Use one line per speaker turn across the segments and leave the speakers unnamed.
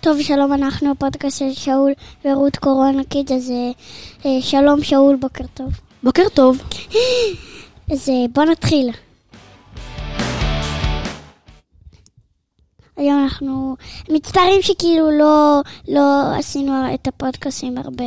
טוב, שלום, אנחנו הפודקאסט של שאול ורות קורונה קיד, אז אה, שלום שאול, בוקר טוב.
בוקר טוב.
אז אה, בוא נתחיל. היום אנחנו מצטערים שכאילו לא, לא עשינו את הפודקאסים הרבה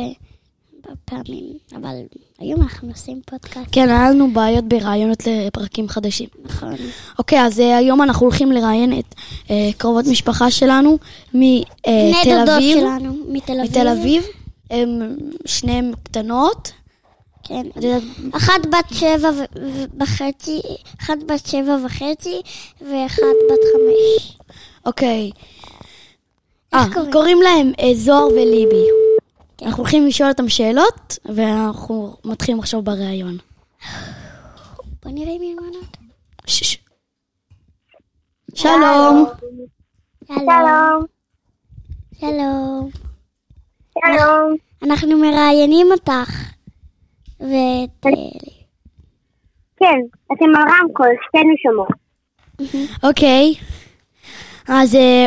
פעמים, אבל היום אנחנו עושים פודקאסט,
כן, היה לנו בעיות ברעיונות לפרקים חדשים.
נכון.
אוקיי, אז אה, היום אנחנו הולכים לראיין את אה, קרובות משפחה שלנו מתל
בני דודות
אה, אביב.
שלנו, מתל אביב.
מתל אביב. הם שניהם קטנות.
כן.
את יודעת,
אחת בת שבע ו- ו- וחצי, אחת בת שבע וחצי ואחת בת חמש.
אוקיי. אה,
קוראים?
קוראים להם אה, זוהר וליבי. אנחנו הולכים לשאול אותם שאלות, ואנחנו מתחילים עכשיו בראיון.
בוא נראה מי מנות.
ש- ש- שלום.
שלום. שלום.
שלום,
אנחנו מראיינים אותך. ואת... אה,
כן, אתם על רמקול, שתינו שומעות.
אוקיי, אז אה,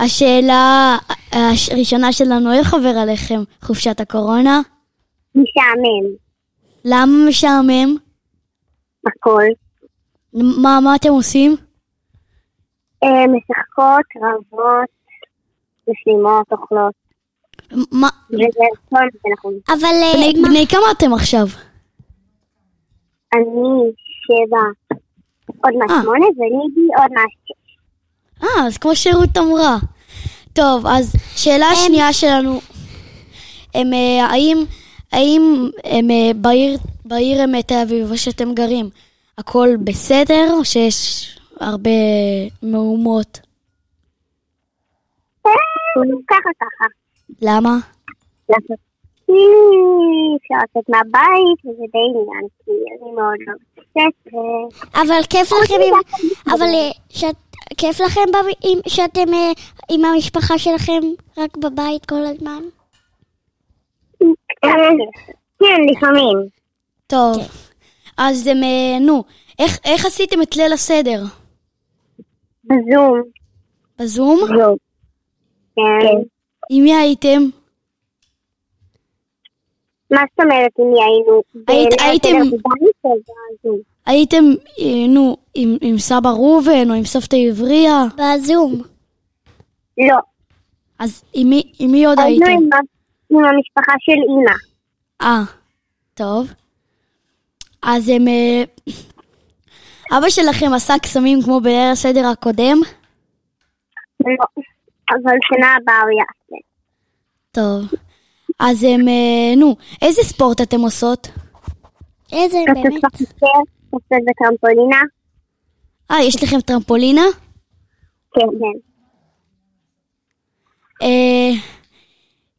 השאלה אה, הש- הראשונה שלנו, איך עובר עליכם חופשת הקורונה?
משעמם,
למה משעמם?
הכל.
מה, מה אתם עושים?
אה, משחקות, רבות, משלימות, אוכלות.
מה,
וזה הכל, ואנחנו...
אבל... אה,
בני,
מה-
בני כמה אתם עכשיו?
אני שבע, עוד
אה.
מעט שמונה, וליבי עוד מעט שש.
אה, אז כמו שרות אמרה. טוב, אז שאלה השנייה שלנו, הם, אה, האם, האם הם, אה, בעיר, בעיר הם, אה, תל אביב, איפה שאתם גרים, הכל בסדר, או שיש הרבה מהומות?
אה, ככה ככה.
למה?
לעשות. אי, אפשר לצאת מהבית, וזה די עניין, כי אני מאוד לא מתעסקת, ו-
אבל כיף לכם עם... אבל אה, שאת- כיף לכם בב- עם- שאתם אה, עם המשפחה שלכם רק בבית כל הזמן?
קצת. כן, לפעמים.
טוב. אז הם, אה, נו, איך, איך עשיתם את ליל הסדר?
בזום.
בזום?
זום. כן.
עם מי הייתם?
מה זאת אומרת אם היינו?
היית-
בליל
הייתם-
הסדר בבית או בזום?
הייתם, אה, נו, עם, עם סבא ראובן או עם סבתא עבריה?
בזום.
לא.
אז עם מי, עם מי עוד
היינו
הייתם?
עם ה- עם המשפחה של אימא.
אה, טוב. אז הם... אה, אבא שלכם עשה קסמים כמו בליל הסדר הקודם?
לא. אבל שנה הבאה הוא יעשה.
טוב. אז הם... אה, נו, איזה ספורט אתם עושות?
איזה
כן,
באמת.
רצות בחצר, רצות בטרמפולינה.
אה, יש לכם טרמפולינה?
כן, כן.
אה,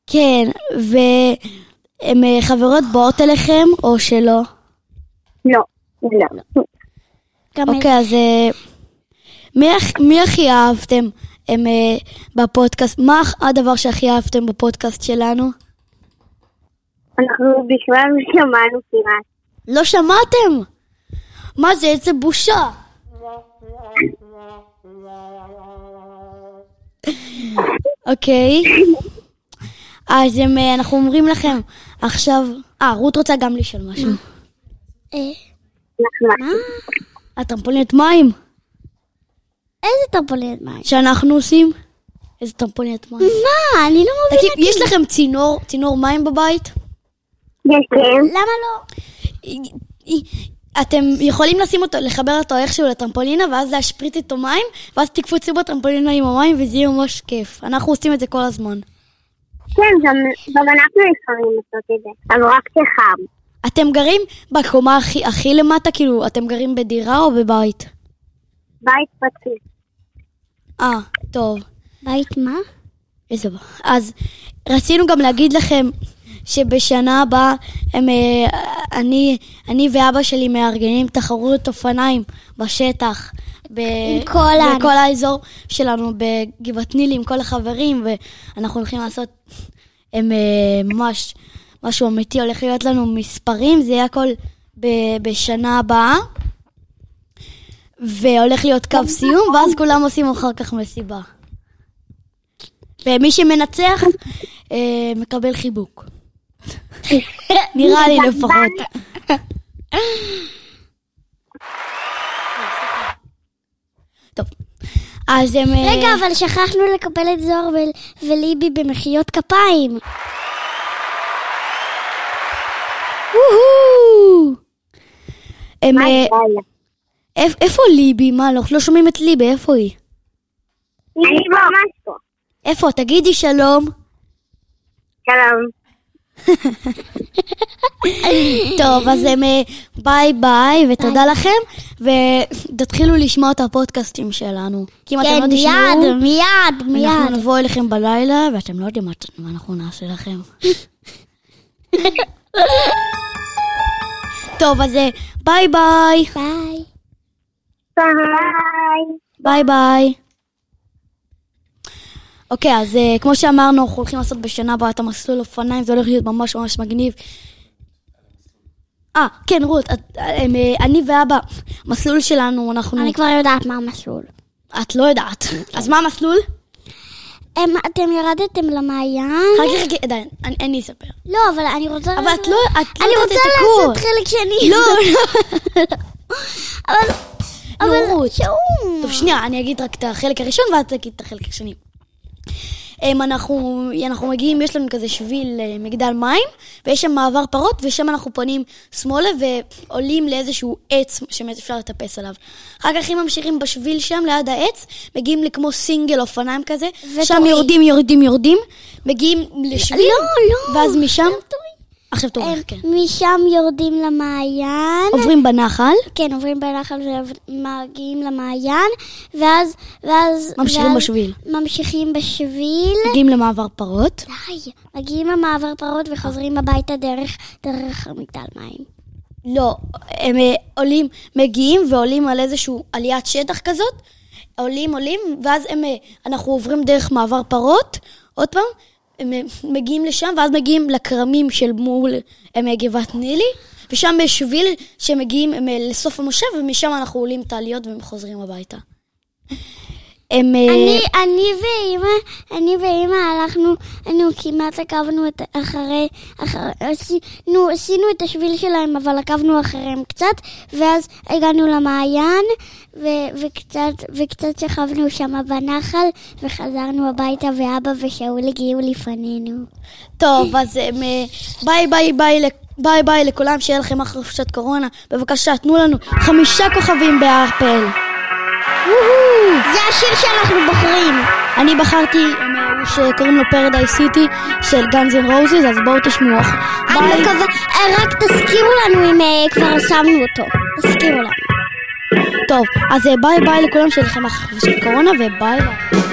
כן, והן אה, חברות באות אליכם או שלא?
לא. לא.
גם את-
אוקיי, אז אה, מי, הכ- מי הכי אהבתם הם, אה, בפודקאסט? מה הכ- הדבר שהכי אהבתם בפודקאסט שלנו?
אנחנו בכלל לא שמענו כמעט.
לא שמעתם? מה זה, איזה בושה. אוקיי, אז הם, אה, אנחנו אומרים לכם עכשיו... אה, רות רוצה גם לשאול משהו.
אה,
אנחנו-
הטרמפולינת מים
איזה טרפולין מים?
שאנחנו עושים? איזה טרמפולינת מים?
מה? אני לא מבינה.
תקשיב, יש לכם צינור, צינור מים בבית?
יש להם.
למה לא?
אתם יכולים לשים אותו, לחבר אותו איכשהו לטרמפולינה, ואז להשפריץ איתו מים, ואז תקפצו בטרמפולינה עם המים, וזה יהיה ממש כיף. אנחנו עושים את זה כל הזמן.
כן, גם גם אנחנו לפעמים עושות את זה. אבל רק כשחם.
אתם גרים בקומה הכי, הכי למטה, כאילו, אתם גרים בדירה או בבית?
בית פרטי.
אה, טוב.
בית מה?
איזה... ב- אז רצינו גם להגיד לכם שבשנה הבאה הם, אה, אני, אני ואבא שלי מארגנים תחרות אופניים בשטח. ב-
עם כל ה-
בכל האזור שלנו, בגבעת נילי עם כל החברים, ואנחנו הולכים לעשות הם, אה, ממש משהו אמיתי, הולך להיות לנו מספרים, זה יהיה הכל ב- בשנה הבאה. והולך להיות קו סיום, ואז כולם עושים אחר כך מסיבה. ומי שמנצח אה, מקבל חיבוק. נראה לי לפחות. טוב, אז הם... אה,
רגע, אבל שכחנו לקבל את זוהר ול- וליבי במחיאות כפיים.
וואו! הם...
מה
אה,
הבעיה?
איפ- איפה ליבי? מה, לא- לא שומעים את ליבי, איפה היא?
אני ממש פה.
איפה? תגידי שלום.
שלום.
טוב, אז הם אה, ביי ביי, ותודה לכם, ותתחילו לשמוע את הפודקאסטים שלנו. כי אם אתם
כן,
לא
מיד,
תשמעו,
מיד,
אנחנו
מיד.
נבוא אליכם בלילה, ואתם לא יודעים מה ת- מה אנחנו נעשה לכם. טוב, אז אה, ביי ביי.
ביי.
ביי.
ביי ביי. אוקיי, אז אה, כמו שאמרנו, אנחנו הולכים לעשות בשנה הבאה את המסלול אופניים, זה הולך להיות ממש ממש מגניב. אה, כן, רות, את- אה, הם, אה, אני ואבא, מסלול שלנו, אנחנו...
אני כבר יודעת מה המסלול.
את לא יודעת. אז מה המסלול?
אמ, אתם ירדתם למעיין?
חכי, חכי, עדיין, אני- אין לי לספר.
לא, אבל אני רוצה...
אבל את לא את לא
אני
יודעת
רוצה
את
לעשות
הקורס.
חלק שני.
לא, לא.
אבל...
נו,
אבל... לא,
רות.
שהוא...
טוב, שנייה, אני אגיד רק את החלק הראשון, ואת תגיד את החלק השני. אמ, אנחנו, אנחנו מגיעים, יש לנו כזה שביל אה, מגדל מים, ויש שם מעבר פרות, ושם אנחנו פונים שמאלה ועולים לאיזשהו עץ שאפשר לטפס עליו. אחר כך, אם ממשיכים בשביל שם, ליד העץ, מגיעים לכמו סינגל אופניים כזה, שם
וטועים.
יורדים, יורדים, יורדים, מגיעים לשביל,
לא, אמ, לא.
ואז משם... עכשיו תורך, כן.
משם יורדים למעיין.
עוברים בנחל,
כן, עוברים בנחל ומגיעים למעיין, ואז... ואז...
ממשיכים
ואז
בשביל.
ממשיכים בשביל.
מגיעים למעבר פרות.
די, מגיעים למעבר פרות וחוזרים הביתה דרך, דרך מגדל מים.
לא, הם אה, עולים, מגיעים ועולים על איזשהו עליית שטח כזאת, עולים, עולים, ואז הם, אה, אנחנו עוברים דרך מעבר פרות, עוד פעם, הם אה, מגיעים לשם, ואז מגיעים לכרמים של מול הם, אה, גבעת נילי, ושם יש שביל שמגיעים הם, אה, לסוף המושב, ומשם אנחנו עולים את העליות והם חוזרים הביתה. הם... אה,
אני, אני ואימא, אני ואימא הלכנו, אנו כמעט עקבנו את אחרי, אחרי, עשינו, עשינו את השביל שלהם, אבל עקבנו אחריהם קצת, ואז הגענו למעיין, ו, וקצת, וקצת שכבנו שם בנחל, וחזרנו הביתה, ואבא ושאול הגיעו לפנינו.
טוב, אז אמ, אה, ביי ביי ביי לכ- ביי ביי לכולם, שיהיה לכם אחלה חופשת קורונה. בבקשה, תנו לנו חמישה כוכבים באפל.
זה השיר שאנחנו בוחרים.
אני בחרתי אמ, אה, שקוראים לו פרדייס סיטי של גאנז אנד רוזס, אז בואו תשמעו.
אני
ביי.
מקווה, אה, רק תזכירו לנו אם אה, כבר שמנו אותו. תזכירו לנו.
טוב, אז אה, ביי ביי לכולם, שיהיה לכם אחלה חופשת קורונה, וביי ביי.